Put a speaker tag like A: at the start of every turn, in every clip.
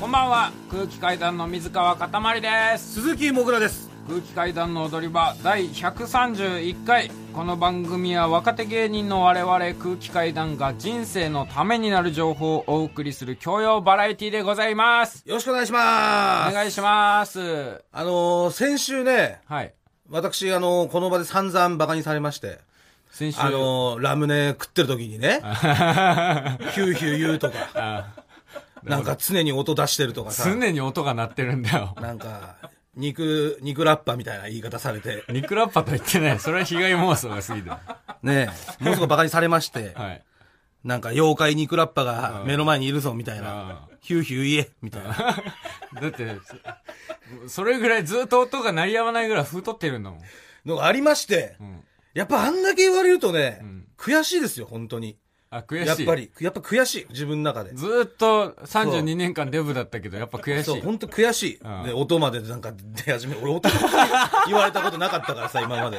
A: こんばんは空気階段の水川かたまりです
B: 鈴木もぐらです
A: 空気階段の踊り場第131回この番組は若手芸人の我々空気階段が人生のためになる情報をお送りする教養バラエティでございます
B: よろしくお願いし
A: お
B: ます
A: 願いします
B: あのー先週ね
A: はい
B: 私あのーこの場で散々バカにされまして
A: 先週
B: あのーラムネ食ってる時にねヒューヒュー言うとかなんか常に音出してるとかさ
A: 常に音が鳴ってるんだよ
B: なんか肉肉ラッパみたいな言い方されて
A: ニクラッパと言ってないそれは被害妄想が過ぎてる
B: ねえもうすぐバカにされ まして
A: はい
B: なんか妖怪肉ラッパが目の前にいるぞみたいなヒューヒュー言えみたい な
A: だってそそれぐらいずっと音が鳴りやまないぐらい太ってるんだもん
B: のがありまして
A: ん
B: やっぱあんだけ言われるとね
A: ん
B: 悔しいですよ本当に
A: あ悔しい
B: やっぱり、やっぱ悔しい、自分の中で。
A: ずーっと32年間デブだったけどやっぱ悔し
B: そう、
A: い
B: 本当悔しい。
A: うん
B: で、音までなんか出始め、俺音って言われたことなかったからさ、今まで。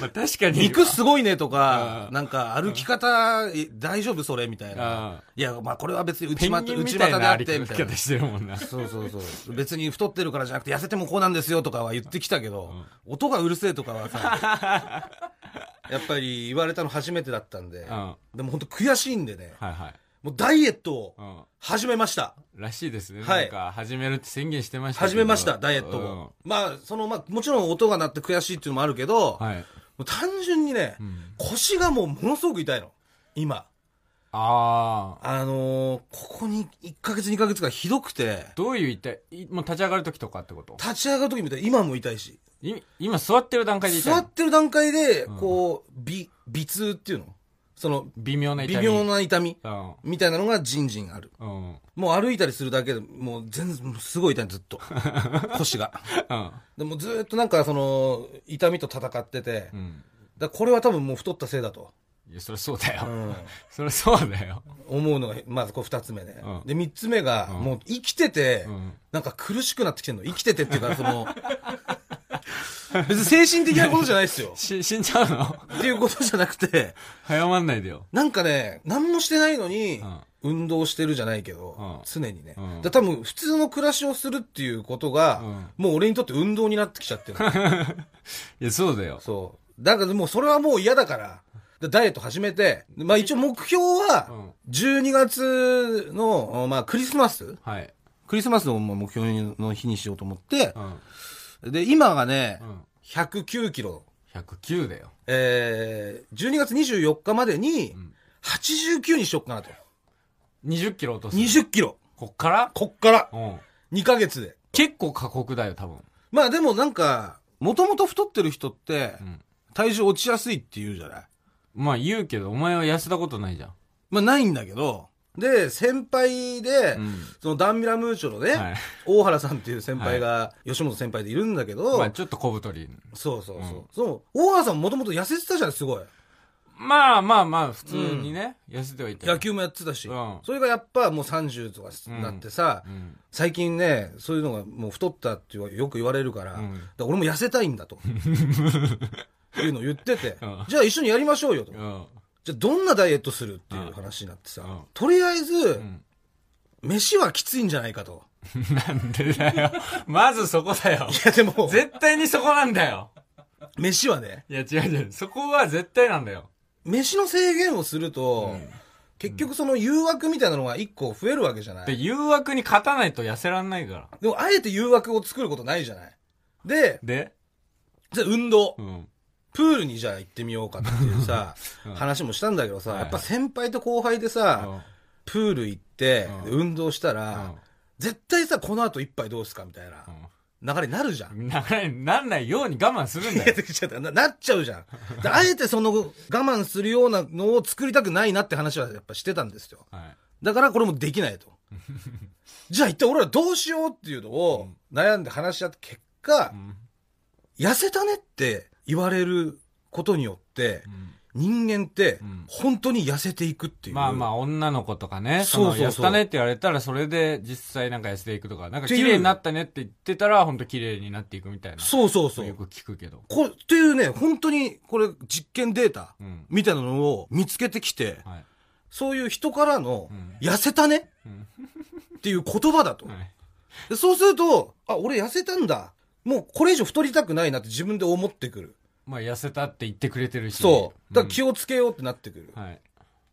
A: まあ、確かに
B: 肉すごいねとか
A: う、ん
B: なんか歩き方、え大丈夫それみたい
A: うん
B: な。いや、まあこれは別に
A: ペ
B: 内
A: ン
B: 股、
A: ギンみ
B: 内
A: たい
B: 股で
A: な
B: あっ
A: 歩
B: て、
A: き
B: みたい
A: 方
B: な。
A: してるもんな
B: そうそうそう。別に太ってるからじゃなくて、痩せてもこうなんですよとかは言ってきたけど、音がうるせえとかはさ、 やっぱり言われたの初めてだったん
A: ん
B: で、でも本当悔しいんでね、
A: はいはい、
B: もうダイエットを
A: うん、
B: 始めました。
A: らしいですね、
B: はい
A: なんか始めるって宣言してましたけど
B: 始めました、ダイエットを。まあ、その、まあ、もちろん音が鳴って悔しいっていうのもあるけど、
A: うんはい
B: もう単純にね、
A: ん
B: 腰がもうものすごく痛いの。今。
A: ああ
B: あのーここに1ヶ月2ヶ月がひどくて、
A: どういう痛いいもう立ち上がる時とかってこと
B: 立ち上がる時みたい今も痛いし、
A: い今座ってる段階で痛い
B: 座
A: の
B: ってる段階で、こう、微、微痛っていうのその、
A: 微妙な痛
B: 微
A: み
B: 妙な痛みみたいなのがじんじんある。
A: うんうん
B: もう歩いたりするだけで、もう全然、もうすごい痛い、ずっと。腰が。
A: うん
B: でもずっとなんか、その、痛みと戦ってて、
A: うん
B: だからこれは多分もう太ったせいだと、
A: いやそりゃそうだよ、
B: うん
A: そりゃそうだよ
B: 思うのがまずこう2つ目で、
A: うん
B: で3つ目が
A: うん
B: もう生きてて、
A: うん
B: なんか苦しくなってきてるの生きててっていうかその 別に精神的なことじゃないですよ
A: し死んじゃうの
B: っていうことじゃなくて
A: 早まんないでよ
B: なんかね何もしてないのに、
A: うん
B: 運動してるじゃないけど、
A: うん
B: 常にね、
A: うん
B: だから多分普通の暮らしをするっていうことが、もう俺にとって運動になってきちゃってる
A: いやそうだよ
B: そうだからもうそれはもう嫌だからでダイエット始めて、でまあ、一応目標は、
A: うん
B: 12月の、まあ、クリスマス
A: はい
B: クリスマスをまあ目標の日にしようと思って
A: う、ん
B: で、今がね
A: う、ん
B: 109キロ。
A: 109だよ
B: えー、12月24日までに
A: ん、
B: 89にしよっかなと。
A: 20キロ落とす
B: 20キロ。
A: こっから
B: こっから。
A: うん
B: 2ヶ月で。
A: 結構過酷だよ多分
B: まあでもなんか、もともと太ってる人って
A: ん、
B: 体重落ちやすいって言うじゃない
A: まあ言うけどお前は痩せたことないじゃん
B: まあないんだけど、で、先輩で、
A: うん
B: そのダンミラムーチョのね、
A: はい
B: 大原さんっていう先輩が、吉本先輩でいるんだけど、
A: まあちょっと小太り
B: そうそうそう。そう、大原さんもともと痩せてたじゃん、すごい。
A: まあまあまあ普通にね、痩せてはいたよ
B: 野球もやってたし、
A: うん
B: それがやっぱもう30とか
A: うん
B: なってさ、
A: うん
B: 最近ねそういうのがもう太ったってよく言われるから,、
A: うん
B: 俺も痩せたいん だというのを言ってて、
A: うん
B: じゃあ一緒にやりましょうよと、
A: うん
B: じゃあどんなダイエットするっていう話になってさ、
A: うん
B: とりあえず、
A: ん
B: 飯はきついんじゃないかと
A: なんでだよまずそこだよ
B: いやでも
A: 絶対にそこなんだよ
B: 飯はね
A: いや違う違うそこは絶対なんだよ
B: 飯の制限をすると、結局その誘惑みたいなのが一個増えるわけじゃない、
A: で誘惑に勝たないと痩せらんないから
B: でもあえて誘惑を作ることないじゃないで
A: で
B: じゃあ運動、
A: うん
B: プールにじゃあ行ってみようかっていうさ、話もしたんだけどさ、
A: はい
B: やっぱ先輩と後輩でさ、プール行って、
A: う
B: 運動した
A: う
B: ら、
A: ん
B: 絶対さ、この後一杯どうすかみたいな流れになるじゃん。
A: うんななんないように我慢するんだ
B: いや
A: よ
B: できちゃったななっちゃうじゃん。であえてその我慢するようなのを作りたくないなって話はやっぱしてたんですよ。
A: はい
B: だからこれもでき ないと。じゃあ一体俺らどうしようっていうのを悩んで話し合った結果、
A: ん
B: 痩せたねって言われることによって、人間って
A: ん
B: 本当に痩せていくっていう。
A: まあまあ女の子とかね、
B: そうそうそう
A: の痩せたねって言われたらそれで実際なんか痩せていくとか、なんか
B: っていう
A: 綺麗になったねって言ってたら本当綺麗になっていくみたいな。
B: そうそうそう
A: よ。く聞くけど。
B: こっていうね、本当にこれ実験データ
A: うん。
B: みたいなのを見つけてきて、
A: はい。
B: そういう人からの
A: ん
B: 痩せたね
A: うん
B: ってっていう言葉だと。
A: はい
B: でそうすると、あ、俺痩せたんだ。もうこれ以上太りたくないなって自分で思ってくる。
A: まあ、痩せたって言ってくれてるしね、
B: そう。だから
A: う
B: 気をつけようってなってくる。
A: んはい。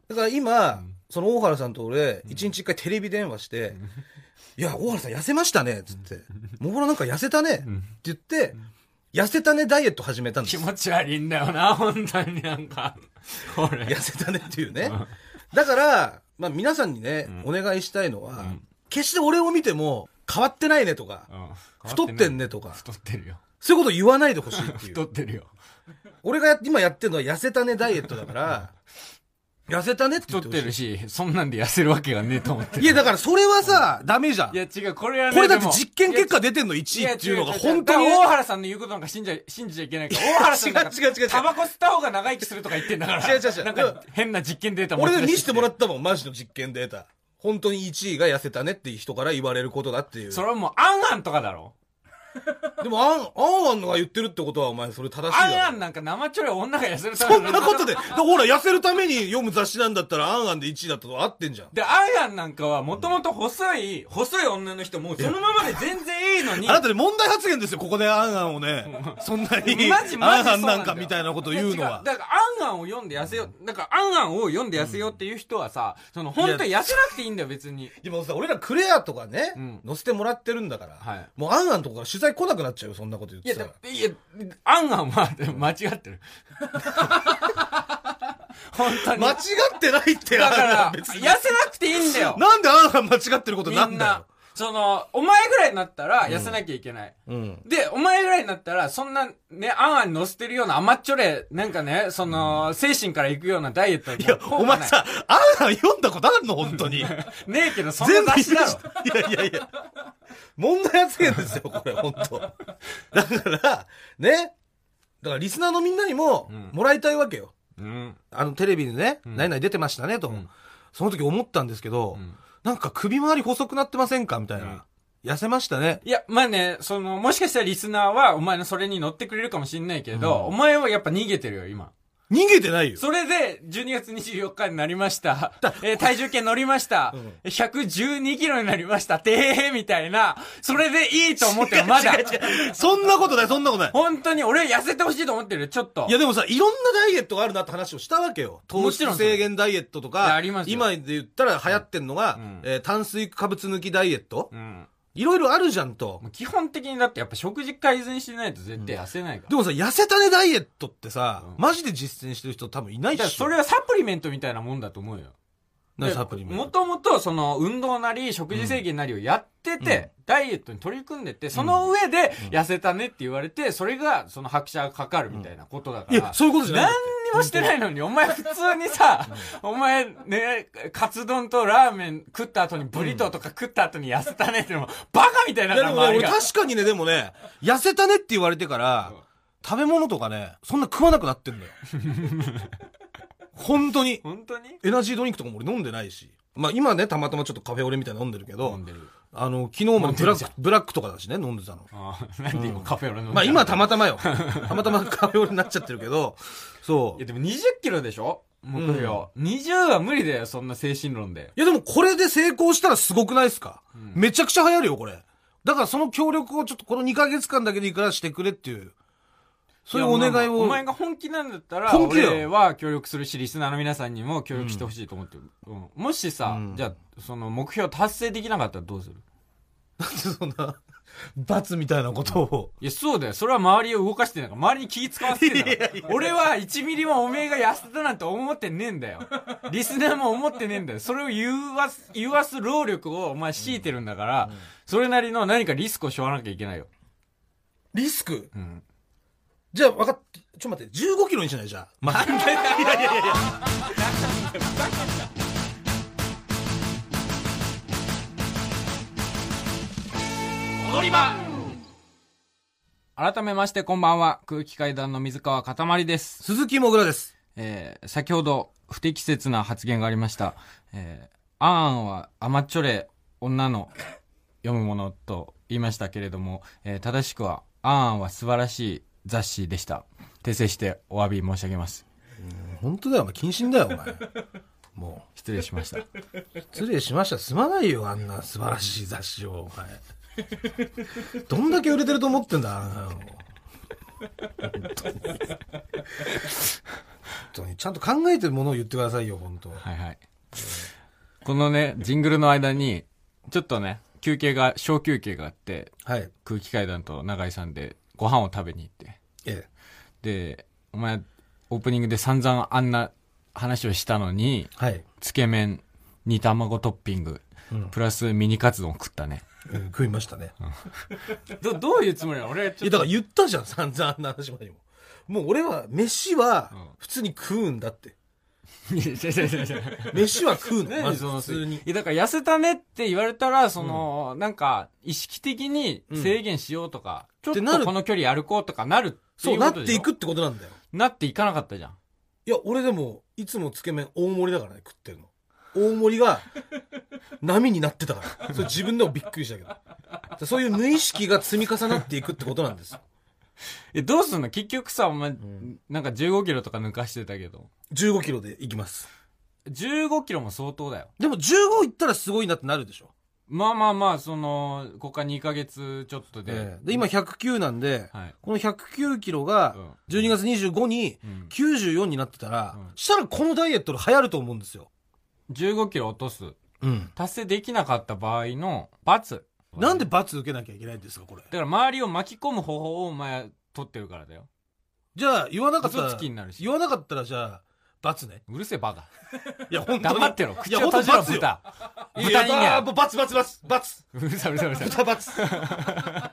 B: だから今、その大原さんと俺、一日一回テレビ電話して、いや、大原さん痩せましたねっつって、もぐらなんか痩せたねって言って、痩せたねダイエット始めたんで
A: 気
B: す。
A: 持ち悪いんだよな、本当になん か。これ。
B: 痩せたねっていうね。だから、まあ皆さんにね、お願いしたいのは、決して俺を見ても、変わってないねとか、
A: うん
B: 太ってんねとか、
A: 太ってるよ。
B: そういうこと言わないでほしいっていう
A: 太。ってるよ。
B: 俺がや今やってるのは痩せたねダイエットだ から、痩せたねって
A: 太
B: 言
A: っ
B: ってほしてい。
A: るし、そんなんで痩せるわけがねえと思ってる。
B: いや、だからそれはさ、ダメじゃん。
A: いや、違う、これはね。
B: これだっ
A: で
B: て
A: も
B: 実験結果出てんの1位っていうのが本当
A: い
B: に
A: や違う違う。だから大原さんの言うことなんか信じ ちゃ、信じちゃいけないから。大原さんなんか
B: 違う違う違う違う
A: タバコ吸った方が長生きするとか言ってんだから。
B: 違う違う違う
A: なんか変な実験データ持ち出
B: 俺で見せてもら
A: っ
B: ったもん、マジの実験データ。本当に1位が痩せたねっていう人から言われることだっていう。
A: それはもう、アンアンとかだろ。
B: でも、あん、あんあんのが言ってるってことは、お前、それ正しい
A: アン
B: だ
A: ア
B: ろ
A: ンなんか生ちょろい女が痩せるため
B: そ
A: の
B: んなことで、だからほら、痩せるために読む雑誌なんだったら、あんあんで1位だったと合ってんじゃん。
A: で、アイアンなんかは、もともと細い、細い女の人も、そのままで全然いいのに、
B: あなたね、問題発言ですよ、ここであんあんをね。そんなに、
A: マジマジそうな
B: あ
A: ん
B: ん
A: だよ
B: あんなんかみたいなこと言うの
A: いや違
B: は。
A: だから、アンアンを読んで痩せよう。だから、アンアンを読んで痩せようっていう人はさ、その、本当に痩せなくていいんだよ、別に。
B: でもさ、俺らクレアとかね、
A: うん
B: 載せてもらってるんだから、
A: はい
B: もうあんあんとかから取材来なくなっちゃうよ、そんなこと言っ
A: いや、
B: てた
A: だ
B: ら。
A: いや、アンアンは、でも間違ってる。 本当に。
B: 間違ってないって、
A: だか
B: あんあ
A: ら、
B: ん
A: 痩
B: 別
A: せ
B: に。
A: なくていいんだよ。
B: なんであんあん間違ってることな
A: み
B: ん
A: ん
B: だよ
A: な。。その、お前ぐらいになったら、痩せなきゃいけない。
B: うん。
A: で、お前ぐらいになったら、そんな、ね、あんあんに乗せてるような甘っちょれ、なんかね、その、精神から行くようなダイエット
B: いや、
A: もう
B: お前さ、あんあん読んだことあるの本当に。
A: 効果ない。ねえけど、そんな出しだろ。
B: いやいやいや。問題発言ですよ、これ、本当だから、ね。だから、リスナーのみんなにも
A: うん、
B: もらいたいわけよ。
A: うん。
B: あの、テレビでね、
A: ん
B: 何々出てましたね、と。
A: ん
B: その時思ったんですけど、
A: うん
B: なんか首回り細くなってませんかみたいな。痩せましたね。
A: いや、まあね、その、もしかしたらリスナーは、お前のそれに乗ってくれるかもしんないけど、お前はやっぱ逃げてるよ、今。
B: 逃げてないよ。
A: それで、12月24日になりました。えー体重計乗りました。
B: うん
A: 112キロになりました。てへへみたいな。それでいいと思ってる、まだ。
B: そんなことない、そんなことない。
A: 本当に、俺は痩せてほしいと思ってる、ちょっと。
B: いやでもさ、いろんなダイエットがあるなって話をしたわけよ。糖
A: もちろん
B: 質制限ダイエットと
A: いや
B: か
A: ありま、すよ
B: 今で言ったら流行ってんのが、
A: うん
B: えー炭水化物抜きダイエット、
A: うん。
B: いろいろあるじゃんと
A: も。う基本的にだってやっぱ食事改善しないと絶対痩せないから。
B: でもさ、痩せたねダイエットってさ、
A: うん
B: マジで実践してる人多分いないっ
A: だから
B: しょ。
A: それはサプリメントみたいなもんだと思うよ。
B: なサプリメン
A: も
B: ト。
A: ともと、その、運動なり、食事制限なりをやってて、ダイエットに取り組んでて、その上で、痩せたねって言われて、それが、その拍車がかかるみたいなことだか
B: い
A: ら。
B: や、そういうことじゃない
A: 何。にもしてないのに、お前普通にさ、お前ね、カツ丼とラーメン食った後にブリトーとか食った後に痩せたねってのも、バカみたいないんだから
B: やでもね、
A: 周
B: 俺
A: りが。
B: 確かにね、でもね、痩せたねって言われてから、食べ物とかね、そんな食わなくなってん だよ。本当に。
A: 本当に
B: エナジードリンクとかも俺飲んでないし。まあ今ね、たまたまちょっとカフェオレみたいなの飲んでるけど、
A: 飲んでる。
B: あの、昨日
A: 飲
B: も
A: んで
B: ブ
A: る
B: ラ
A: じ
B: ッ
A: ゃん
B: ク、ブラックとかだしね、飲んでたの。
A: ああ、なんで今カフェオレ飲んだの
B: まあ今はたまたまよ。たまたまカフェオレになっちゃってるけど、そ。
A: いうや
B: い
A: でも20キロでしょ目標、20は無理だよ、そんな精神論で。
B: やでもこれで成功したらすごくないですか、
A: ん
B: めちゃくちゃ流行るよ、これ。だからその協力をちょっとこの2ヶ月間だけでいくらしてくれっていう。そういうお願
A: や
B: い
A: まあお
B: を。
A: 前が本気なんだったら、
B: 本気だよ
A: 俺は協力するし、リスナーの皆さんにも協力してほしいと思ってる。うんもしさ、
B: うん
A: じゃあ、その目標達成できなかったらどうする
B: なんでそんな、罰みたいなことを。
A: いや、そうだよ。それは周りを動かしてなんか、周りに気使わせてん だから。俺は1ミリもおめえが痩せたなんて思ってねえんだよ。リスナーも思ってねえんだよ。それを言わす、言わす労力をお前強いてるんだから、それなりの何かリスクを背負わなきゃいけないよ。
B: リスク
A: うん。
B: じゃあ分かっ、ちょっと待って、15キロにしないじゃあ。まあ、
A: 改めましてこんばんは。空気階段の水川かたまりです。
B: 鈴木もぐらです。
A: えー先ほど不適切な発言がありました。えー、あんあんは甘っちょれ女の読むものと言いましたけれども、えー正しくは、あんあんは素晴らしい雑誌でした。訂正してお詫び申し上げます。
B: 本当だよ、お前。謹慎だよ、お前。も
A: 失礼しました。
B: う、失礼しました。すまないよ、あんな素晴らしい雑誌を。はい。どんだけ売れてると思ってんだ、あんなの本当に。本当に、ちゃんと考えてるものを言ってくださいよ、本当。
A: はいはい。このね、ジングルの間に、ちょっとね、休憩が、小休憩があって、
B: はい。
A: 空気階段と永井さんでご飯を食べに行って。
B: ええ。
A: で、お前、オープニングで散々あんな話をしたのに、
B: はい。
A: つけ麺、煮卵トッピング、
B: うん
A: プラスミニカツ丼食ったね。
B: うん食いましたね。
A: ど、どういうつもりなの俺、
B: いや、だから言ったじゃん、散々あんな話までも。もう俺は、飯は
A: うん、
B: 普通に食うんだって。
A: いや、違う違う違う違う。
B: 飯は食うの。ま
A: 何
B: ず
A: その
B: 普通に
A: い。やだから痩せたねって言われたら、その、なんか、意識的に制限しようとか、
B: ん
A: ちょ
B: っ
A: って
B: なる
A: とこの距離歩こうとかなるって
B: そ、
A: いうう
B: な
A: こ
B: っ
A: とで
B: て
A: しょ
B: いくってことなんだよ。
A: なっていかなかったじゃん。
B: いや、俺でも、いつもつけ麺大盛りだからね、食ってるの。大盛りが、波になってたから。それ自分でもびっくりしたけど。だからそういう無意識が積み重なっていくってことなんですよ。
A: え、どうすんの結局さ、お前、
B: ん
A: なんか15キロとか抜かしてたけど。
B: 15キロでいきます。
A: 15キロも相当だよ。
B: でも15いったらすごいなってなるでしょ。
A: まあまあまあ、その、ここから2ヶ月ちょっとで。
B: ええで、今109なんで、
A: はい。
B: この109キロが、12月25に
A: うん。
B: 94になってたら、
A: うん
B: したらこのダイエットが流行ると思うんですよ。
A: 15キロ落とす。
B: うん。
A: 達成できなかった場合の罰。
B: なんで罰受けなきゃいけないんですか、これ。
A: だから周りを巻き込む方法をお前取ってるからだよ。
B: じゃあ、言わなかった
A: 嘘
B: ら
A: つ、きになるし
B: 言。わなかったらじゃあ、罰ね。
A: うるせえバカ。
B: いや、本当に。
A: 黙ってろ。
B: い
A: 口
B: や、
A: を
B: 本当
A: 閉
B: に
A: じろ、
B: 罰よ。
A: 豚。
B: い
A: 豚
B: や
A: 人
B: あー
A: 間
B: も。う罰、罰、罰、罰。
A: うるさいうるさいうるさい。
B: 豚罰。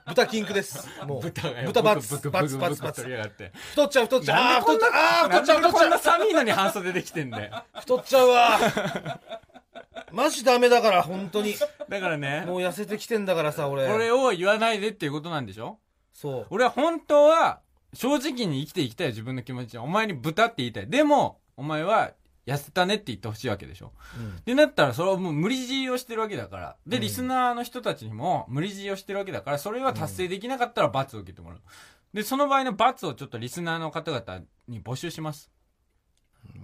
B: 豚キンクです。もう。
A: 豚がよ
B: 豚罰
A: ブクブク
B: 罰
A: ブクブク
B: 罰罰
A: 取りやがって。
B: 太っちゃう、太っちゃう。あー、太っちゃう。あ
A: な
B: ー、太
A: ん
B: っちゃう、
A: で
B: 太っ
A: こ
B: ち
A: ん
B: ゃ
A: な
B: う。
A: 寒いのに半袖できてんだよ。
B: 太っちゃうわ。マジダメだから、本当に。
A: だからね、
B: もう痩せてきてんだからさ、俺。
A: これを言わないでっていうことなんでしょ
B: そう。
A: 俺は本当は、正直に生きていきたい自分の気持ちは。お前に豚って言いたい。でも、お前は、痩せたねって言ってほしいわけでしょ。
B: うん
A: でなったら、それはもう無理強いをしてるわけだから。で、リスナーの人たちにも無理強いをしてるわけだから、それは達成できなかったら罰を受けてもらう。で、その場合の罰をちょっとリスナーの方々に募集します。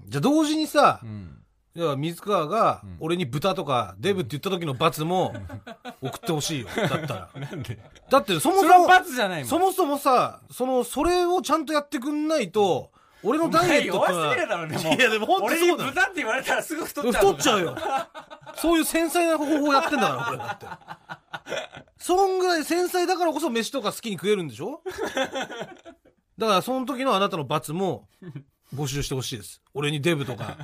B: じゃあ、同時にさ
A: う、ん。
B: いや水川が
A: うん
B: 俺に豚とかデブって言った時の罰も送ってほしいよ。だったら。
A: なんで
B: だってそも
A: そ
B: そ
A: れは
B: も、
A: 罰じゃないもん。
B: そもそもさ、その、それをちゃんとやってくんないと、俺のダイエットってのは
A: お前弱すぎるだろでも
B: いやでも本当
A: 俺
B: そ
A: に
B: うだよ
A: 豚って言われたらすぐ太っちゃう
B: 太っちゃうよ。そういう繊細な方法やってんだから、俺だって。そんぐらい繊細だからこそ飯とか好きに食えるんでしょだからその時のあなたの罰も募集してほしいです。俺にデブとか、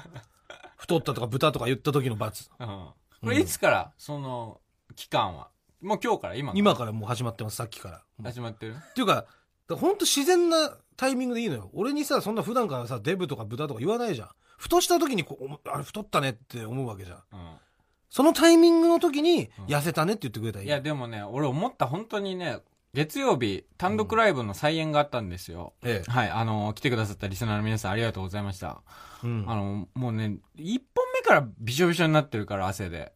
B: 太ったとか豚とか言った時の罰。
A: うんこれいつから、その、期間はもう今日から今から
B: 今からもう始まってます、さっきから。
A: 始まってる
B: っていうか、ほんと自然なタイミングでいいのよ。俺にさ、そんな普段からさ、デブとか豚とか言わないじゃん。ふとした時にこうおも、あれ太ったねって思うわけじゃん。
A: う
B: そのタイミングの時に
A: うん、
B: 痩せたねって言ってくれたら
A: ん。
B: い
A: い
B: い。
A: や、でもね、俺思った本当にね、月曜日、単独ライブの再演があったんですよ。
B: ええ。
A: はい、あの、来てくださったリスナーの皆さんありがとうございました。
B: うん。
A: あ
B: は
A: の、もうね、一本目からびしょびしょになってるから、汗で。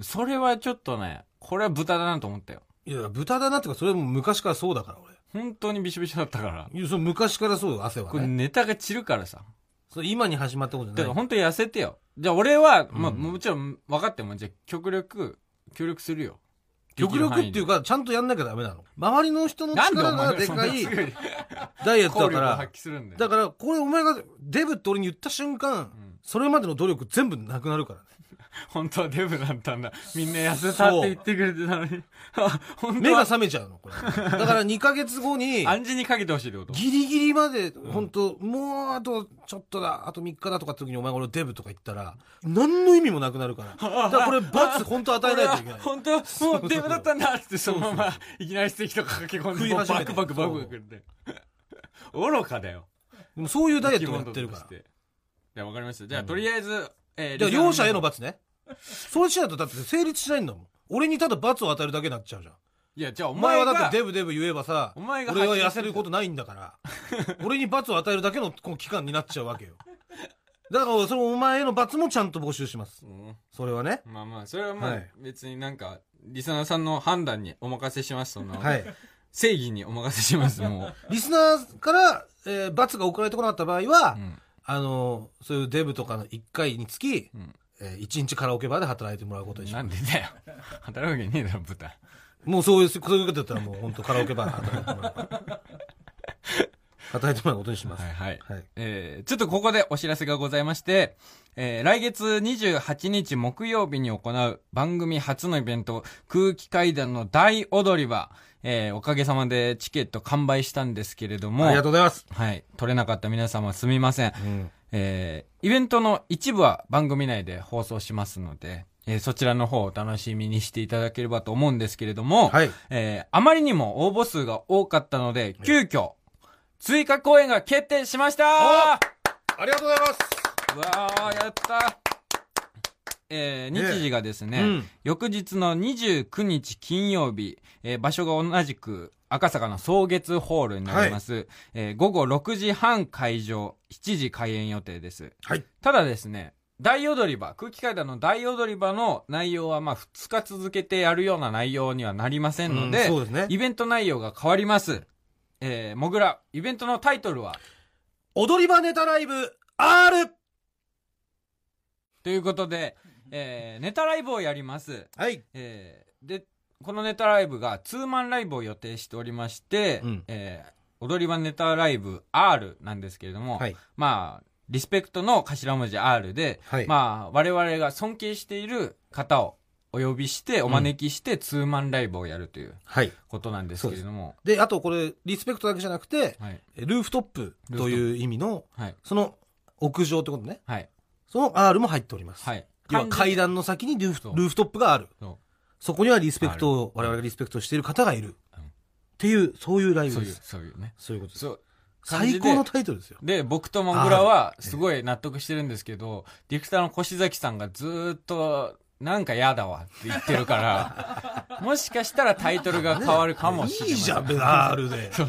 A: それはちょっとね、これは豚だなと思ったよ。
B: い。いや、豚だなっていうか、それはもう昔からそうだから、俺。
A: 本当にびしょびしょだったから。
B: いや、その昔からそうよ、汗は
A: これ
B: ね。
A: ネタが散るからさ。
B: それ今に始まったことじ
A: だ
B: ゃ
A: から
B: ない。
A: 本当に痩せてよ。じゃあ俺は、まあ
B: うん
A: もちろん分かっても、じゃあ極力、協力するよ。
B: 極力っていう
A: か、
B: か、ちゃんとやんなきゃダメなの。周りの人の
A: なんで
B: 力
A: お前
B: が
A: が
B: で
A: そんな
B: かい
A: す ぐに
B: ダイエッ
A: 効力
B: トだか
A: を
B: ら
A: 発、揮するんだよ。
B: だから、これお前がデブって俺に言った瞬間
A: ん、
B: それまでの努力全部なくなるからね。
A: 本当はデブだったんだ。みんな痩せたって言ってくれてたの に。あ本
B: 目
A: 当
B: が
A: は
B: 覚めちゃうの、これ。だから2ヶ月後に、
A: 暗示にかけてほしいってこと
B: ギリギリまで、本当もうあとちょっとだ、あと3日だとかって時にお前俺デブとか言ったら、何の意味もなくなる から。だからこれ罰本当与えないといけない
A: 俺は。本当はもうデブだったんだってそのままいきなりステーキとかかけ込ん
B: 食い
A: でバ
B: 始めて
A: クバクバクバクって愚かだよ
B: でもそういうダイエットを
A: 生き
B: やっ
A: 物
B: てる
A: と
B: か
A: し
B: ら。
A: ていやわかりましたじゃあとりあえずえー
B: じゃあ
A: リスナーの
B: 両者への罰ね。そうしないとだって成立しないんだもん。俺にただ罰を与えるだけになっちゃうじゃん。
A: いやじゃあお
B: お前
A: 前
B: はだっ
A: が
B: てデブデブ言えばさ、
A: お前が
B: 俺は痩せることないんだから、俺に罰を与えるだけのこの期間になっちゃうわけよ。だからそのお前への罰もちゃんと募集します。
A: うん
B: それはね。
A: まあまあそれはまあ
B: はい
A: 別になんかリスナーさんの判断にお任せしますその
B: はい。
A: 正義にお任せしますも
B: リスナーから、えー罰が送られてこなかった場合は
A: う、うん
B: あの、そういうデブとかの1回につき、
A: ん
B: えー1日カラオケバーで働いてもらうことにし
A: なんでだよ。働くわけねえだろ、豚。
B: もうそういう、そういうことだったらもう本当カラオケバーで働いてもらうから。働いてもらうことにします。
A: はいはい。
B: はい
A: えーちょっとここでお知らせがございまして、えー来月28日木曜日に行う番組初のイベント、空気階段の大踊り場、えーおかげさまでチケット完売したんですけれども、
B: ありがとうございます。
A: はい。取れなかった皆様すみません。
B: うん。
A: えーイベントの一部は番組内で放送しますので、えーそちらの方をお楽しみにしていただければと思うんですけれども、
B: はい。
A: えーあまりにも応募数が多かったので、急遽、追加公演が決定しましたわ
B: ありがとうございます。
A: ー、やったえー日時がですね、
B: うん
A: 翌日の29日金曜日、えー場所が同じく赤坂の草月ホールになります、えー午後6時半会場、7時開演予定です。
B: はい。
A: ただですね、大踊り場、空気階段の大踊り場の内容はまあ2日続けてやるような内容にはなりませんの
B: うん
A: で、
B: そうですね。
A: イベント内容が変わります。えー、もぐら、イベントのタイトルは
B: 踊り場ネタライブ R!
A: ということで、えー、ネタライブをやります。
B: はい。
A: えー、で、このネタライブがツーマンライブを予定しておりまして、
B: うん
A: えー、踊り場ネタライブ R なんですけれども、
B: はい。
A: まあ、リスペクトの頭文字 R で、
B: はい
A: まあ、我々が尊敬している方をお呼びして、お招きして、ツーマンライブをやるという
B: はい。
A: ことなんですけれども、
B: で、あとこれ、リスペクトだけじゃなくて、
A: はい。
B: ルーフトップという意味の、
A: はい。
B: その屋上ってことね。
A: はい。
B: その R も入っております。
A: はい。
B: 要は階段の先にルーフ
A: そう
B: ルーフトップがある。
A: そ
B: そこにはリスペクトを、我々がリスペクトしている方がいる。
A: うん
B: っていう、そういうライ
A: う。そう
B: ブで
A: いう、
B: す。
A: そういうね。
B: そういうことです。
A: そう。
B: 最高のタイトルですよ。
A: で、僕ともぐらは、すごい納得してるんですけど、ディレクターの越崎さんがずーっと、なんか嫌だわって言ってる から、もしかしたらタイトルが変わるかもしれない。
B: いいじゃん、R で。
A: そう。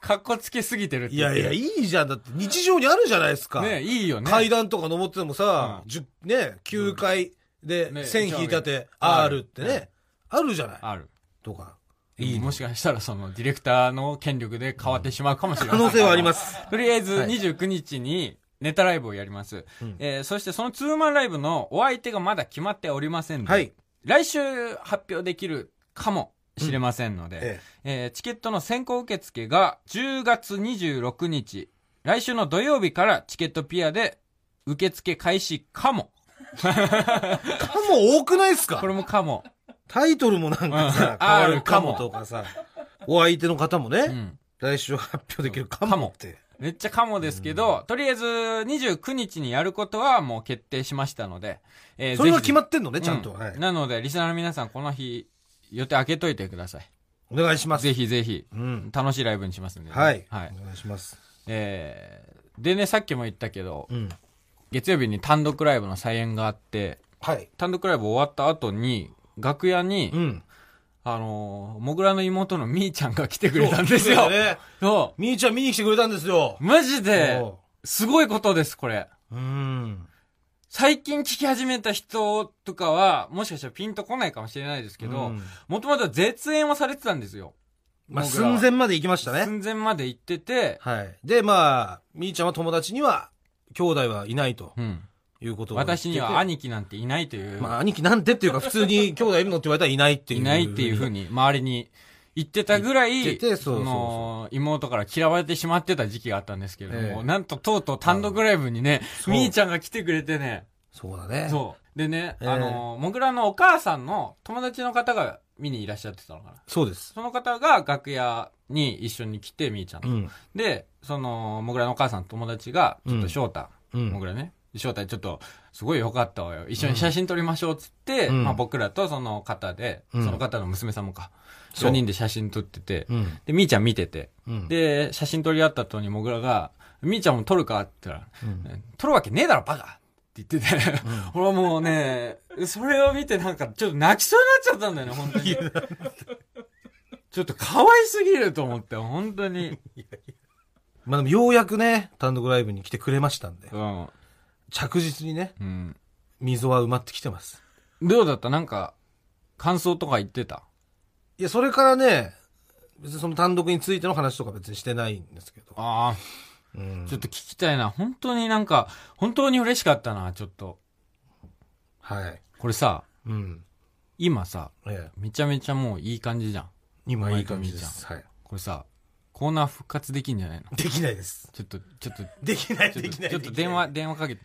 A: かっこつけすぎてるって
B: い
A: いう
B: やいや、いいじゃん。だって日常にあるじゃないですか。
A: ねいいよね。
B: 階段とか登っててもさ、
A: うん
B: 十ね、9階で
A: ね
B: 線引いたて
A: あ
B: R ってね、あるじゃない。
A: ある。
B: とか。
A: いいもしかしたらそのディレクターの権力で変わってしまうかもしれない。
B: 可能性はありま。す。
A: とりあえず
B: はい
A: 29日にネタライブをやります。
B: うん
A: えーそしてそのツーマンライブのお相手がまだ決まっておりませんので、
B: はい。
A: 来週発表できるかもしれませんので、
B: え
A: えーチケットの先行受付が10月26日、来週の土曜日からチケットピアで受付開始かも。
B: えかも多くないですか
A: これもか も。
B: タイトルもなんか
A: うん
B: さ、変わ
A: R
B: る
A: か
B: か
A: も
B: もとかさ、お相手の方もね、
A: うん。
B: 来週発表できるか
A: かも
B: もって。
A: めっちゃかもですけど、とりあえず29日にやることはもう決定しましたので、え
B: それは決ま
A: っ
B: ってんのね、ちゃんと。はい。
A: なので、リスナーの皆さん、この日、予定開けといてください。
B: お願いします。
A: ぜひぜひ、
B: うん。
A: 楽しいライブにしますんでね、
B: はい。
A: は
B: お願いします。
A: えー、でね、さっきも言ったけど、
B: うん。
A: 月曜日に単独ライブの再演があって、
B: はい。
A: 単独ライブ終わった後に、楽屋に、
B: うん。
A: あのー、もぐらの妹のみーちゃんが来てくれたんですよ
B: そう。ね
A: そ
B: みーちゃん見に来てくれたんですよ
A: う。。マジで
B: そ、
A: すごいことです、これ。
B: ううん。
A: 最近聞き始めた人とかは、もしかしたらピンとこないかもしれないですけ
B: う
A: ど
B: ん、
A: もともとは絶縁をされてたんですよ。
B: まあ、
A: 僕らは
B: 寸前まで行きましたね。
A: 寸前まで行ってて、
B: はい。で、まあ、みーちゃんは友達には、兄弟はいないと
A: うん。
B: いうことを言ってて
A: 私には兄貴なんていないという、
B: まあ、兄貴なんてっていうか、普通に兄弟いるのって言われたらいないっていう。
A: いないっていうふうに、周りに言ってたぐら
B: 言っ
A: い、
B: ててそうそうそう
A: の、妹から嫌われてしまってた時期があったんですけれども、
B: ええ
A: なんととうとう単独ライブにね、
B: そう
A: みーちゃんが来てくれてね、
B: そうだね。そう。
A: そう。でね、
B: ええ
A: あの、もぐらのお母さんの友達の方が見にいらっしゃってたのかな。
B: です。
A: その方が楽屋に一緒に来て、みーちゃんと。
B: うん。
A: で、その、もぐらのお母さんの友達が、ちょっと翔太、
B: うん。
A: もぐらね、翔太ちょっと、すごい良かったわよ。一緒に写真撮りましょうっつって、
B: うん
A: まあ僕らとその方で、
B: うん
A: その方の娘さんもか、
B: そう
A: 4人で写真撮ってて、
B: うん。
A: で、みーちゃん見てて、
B: うん、
A: で、写真撮り合った後にもぐらが、みーちゃんも撮るかって言ったら、
B: うん
A: 撮るわけねえだろ、バカって言ってて、俺はもうね、それを見てなんかちょっと泣きそうになっちゃったんだよね、本当に。ちょっと可愛すぎると思って、本当に。
B: まあでもようやくね、単独ライブに来てくれましたんで
A: う、ん。
B: 着実にね、
A: うん。
B: 溝は埋まってきてます。
A: どうだったなんか、感想とか言ってた
B: いや、それからね、別にその単独についての話とか別にしてないんですけど、
A: ああ。
B: うん
A: ちょっと聞きたいな。本当になんか、本当に嬉しかったな、ちょっと。
B: はい。
A: これさ、
B: うん。
A: 今さ、
B: ええ、
A: めちゃめちゃもういい感じじゃん。
B: 今いい感じです。はい。
A: これさ、コーナー復活できんじゃないの
B: できないです。
A: ちょっと、ちょっと、
B: できない、
A: ちょっ
B: で
A: と、
B: きない。
A: ちょっと
B: できない
A: 電話、。電話かけて。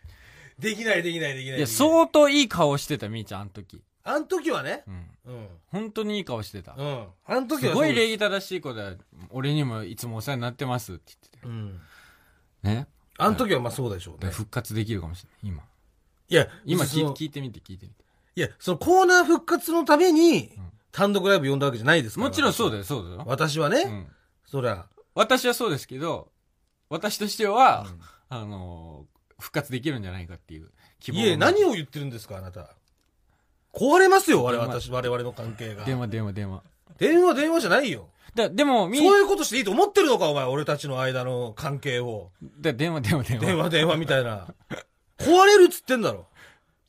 B: できない、できない、できない。
A: いや、
B: う。
A: 相当いい顔してた、みーちゃん、あの時。
B: あの時はね。
A: うん。
B: うん。
A: 本当にいい顔してた
B: う。ん。あの時
A: す
B: は。
A: ごい礼儀正しい子だ。俺にもいつもお世話になってますって言ってたよ
B: うん。
A: ね。
B: あの時はまあそうでしょうね。
A: 復活できるかもしれない。今。
B: いや、
A: 今
B: そ
A: 聞い
B: の
A: 聞いてみて、聞いてみて。
B: いや、そのコーナー復活のために
A: ん、
B: 単独ライブ呼んだわけじゃないですから。
A: もちろんそうだ
B: よ。
A: よ、そうだよ。
B: 私はね、
A: うん
B: そりゃ、
A: 私はそうですけど、私としては、あのー復活できるんじゃないかっていう希望
B: いえ、何
A: を。
B: を言ってるんですか、あなた。壊れますよ、我々、
A: 電話
B: 私、我々の関係が。
A: 電話、電話、電話。
B: 電話、電話じゃないよ。
A: だ、でも、み
B: そういうことしていいと思ってるのか、お前、俺たちの間の関係を。
A: だ電話、電話、電話。
B: 電話、電話みたいな。壊れるっつってんだろ。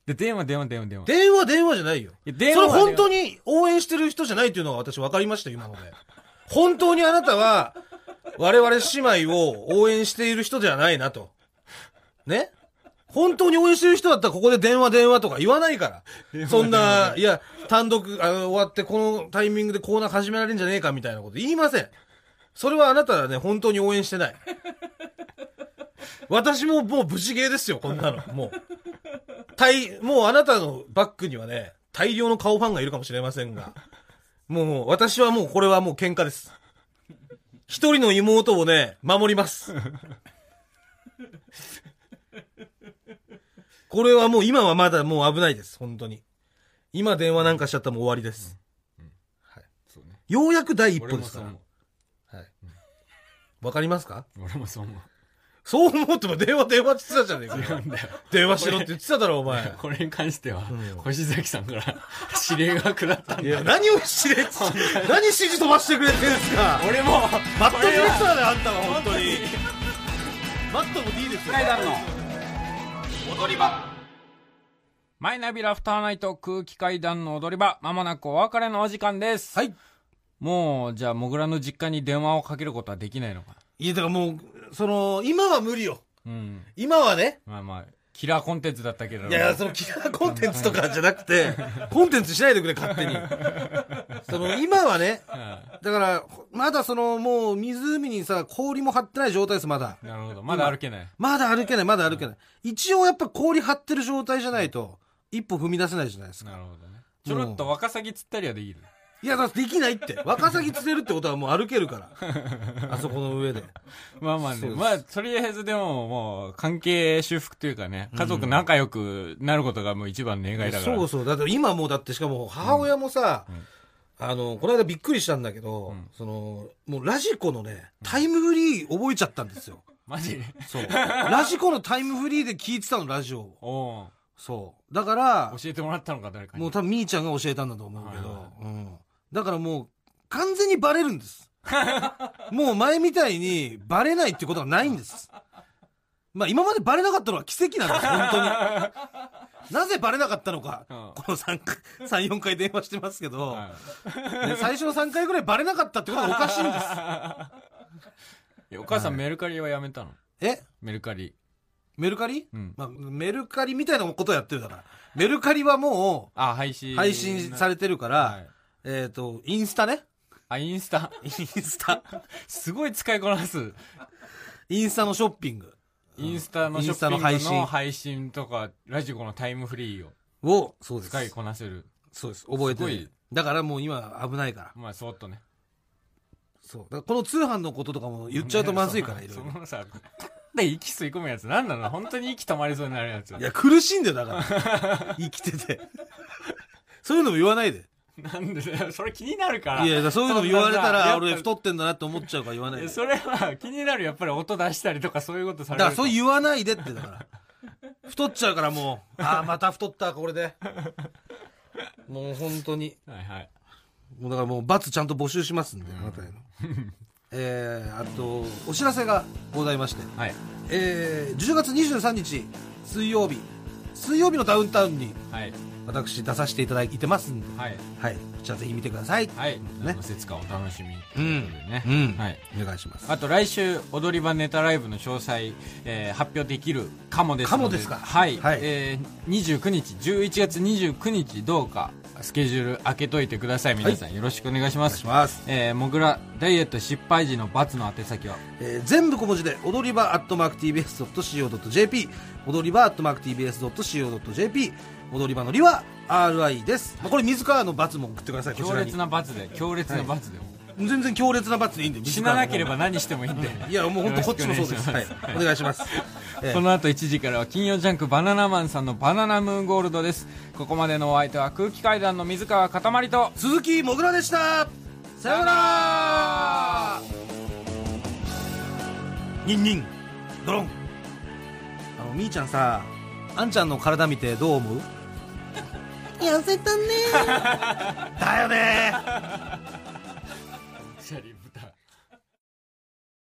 A: で電話、電話、電話、電話。
B: 電話、電話じゃないよ。
A: いや
B: それ
A: 電話は
B: 本当に応援してる人じゃないっていうのは私分かりましたよ、今ので。本当にあなたは、我々姉妹を応援している人ではないなと。ね本当に応援してる人だったらここで電話電話とか言わないから。そんな、いや、単独、あの、終わってこのタイミングでコーナー始められるんじゃねえかみたいなこと言いません。それはあなたはね、本当に応援してない。私ももう無事ゲーですよ、こんなの。もう。大、もうあなたのバックにはね、大量の顔ファンがいるかもしれませんが、もう私はもうこれはもう喧嘩です。一人の妹をね、守ります。これはもう今はまだもう危ないです、本当に。今電話なんかしちゃったらもう終わりです。
A: そうね。
B: ようやく第一
A: 俺
B: 歩で
A: も
B: す
A: そ
B: か
A: う
B: ら。
A: 思
B: はい。わかりますか
A: う。俺もそう思う。
B: そう思っても電話電話って言ってたじゃねえ
A: 違
B: か
A: う
B: よ。
A: んだよ。
B: 電話しろって言ってただろ、お前。
A: これに関しては、
B: うん
A: 星崎さん から指令が下ったん
B: い
A: だ
B: や、
A: よ。
B: 何を知れっつ、何指示飛ばしてくれてんすか。
A: 俺も、
B: マットディレクターだよ、あんたは、本当に。マットも D ですよ。
A: 階段の踊り場マイナビラフターナイト空気階段の踊り場まもなくお別れのお時間です
B: はい。
A: もうじゃあもぐらの実家に電話をかけることはできないのか
B: いや、だからもう、その、今は無理よ。
A: うん
B: 今はね。
A: まあまあキラーコンテンツだったけれど
B: いや、そのキラーコンテンツとかじゃなくて、コンテンツしないでくれ、勝手に。その、今はね、
A: う
B: だから、まだその、もう、湖にさ、氷も張ってない状態です、まだ。
A: んなるほどまだ歩けない
B: まだ歩けない、まだ歩けない。一応やっぱ氷張ってる状態じゃないと、一歩踏み出せないじゃないですか。
A: なるほどねちょろっとワカサギ釣ったりはできる
B: いや、だからできないって。ワカサギ釣れるってことはもう歩けるから。あそこの上で。
A: まあまあ
B: そ
A: ね
B: うです
A: まあとりあえずでももう関係修復というかね家族仲良くなることがもう一番の願いだから
B: そうそうだって今もうだってしかも母親もさ、あのこの間びっくりしたんだけど、
A: ん
B: そのもうラジコのねタイムフリー覚えちゃったんですよ、
A: マジ
B: そうラジコのタイムフリーで聞いてたのラジオを
A: お
B: そうだから
A: お教えてもらったのか誰かに
B: もう多分みーちゃんが教えたんだと思うけ
A: はい
B: ど
A: は、
B: うん、だからもう完全にバレるんです もう前みたいにバレないってことはないんですまあ今までバレなかったのは奇跡なんです本当に なぜバレなかったのか
A: うん
B: この34回電話してますけど、
A: はい
B: ね最初の3回ぐらいバレなかったってことがおかしいんです。
A: いやお母さん、
B: はい
A: メルカリはやめたの
B: え
A: メルカリ。
B: メルカリ、
A: うん。
B: まあ、メルカリみたいなことをやってるから。メルカリはも
A: あ、配
B: う
A: 信。
B: 配信さ
A: れ
B: れてるから、
A: はい。
B: えっ、と、インスタね。
A: あ、インスタ。
B: インスタ。
A: すごい使いこなす。
B: インスタのショッピング
A: インスタの
B: イ
A: ショ
B: ン
A: ッ
B: ス
A: ピ
B: タ
A: ン
B: の
A: グ
B: 配信
A: の配信とか、ラジコのタイムフリーを
B: を、そうで
A: 使い
B: す。
A: こなせる。
B: そうです。覚えて
A: すごい
B: る。だからもう今危ないから。
A: まあ、そっとね。
B: そう。だからこの通販のこととかも言っちゃうとまずい から、いろい
A: そ
B: ろ。
A: のさ、で息吸い込むやつ。なんなの本当に息止まりそうになるやつ。
B: いや、苦しいんだよ、だ から。生きてて。そういうのも言わないで。
A: なんでだよ。それ気になるから。
B: いやいや、そういうのも言われたら、
A: そんなさ
B: 俺太ってんだなって思っちゃうから言わない
A: い
B: で
A: や。それは気になる。やっぱり音出したりとかそういうことさ
B: だ
A: れ
B: か
A: る
B: らそう言わないでってだから太っちゃうからもうああまた太ったこれ でもう本当に
A: はいはい。
B: もうだからもう罰ちゃんと募集しますんであなたへの えー、あとお知らせがございまして
A: はい。
B: えー、10月23日水曜日水曜日のダウンタウンに
A: はい。
B: 私出させていただいてますんで、
A: はい
B: はい、こちらぜひ見てください、
A: はい、
B: ね
A: ね、節かお楽しみにと
B: う
A: いうんことでね、
B: うん
A: はい
B: お願いします
A: あと来週踊り場ネタライブの詳細、えー発表できるかもですの
B: かもですか
A: はい、
B: はい
A: えー29日11月29日どうかスケジュール開けといてください皆さん、よろしくお願いし
B: お
A: ま
B: 願い
A: す
B: します、
A: えーもぐらダイエット失敗時の罰の宛先は
B: えー全部小文字で踊り場アットマーク TBS.CO.JP 踊り場アットマーク TBS.CO.JP 踊り場のりは RI です、まあ、これ自らの罰も送ってくださいこち
A: 強
B: らに
A: 烈な罰で強烈な罰で、
B: 全然強烈な罰でいいんで
A: 死ななければ
B: な
A: 何してもいいんで
B: いやもう本当こっちもそうです
A: よろ
B: は
A: し
B: い
A: くお願いします
B: お願い します、え
A: こ
B: ー
A: の後1時からは金曜ジャンクバナナマンさんのバナナムーンゴールドですここまでのお相手は空気階段の水川かたまりと
B: 鈴木もぐらでしたさようならニンニンドロンあのみーちゃんさあんちゃんの体見てどう 思う痩せたねだよね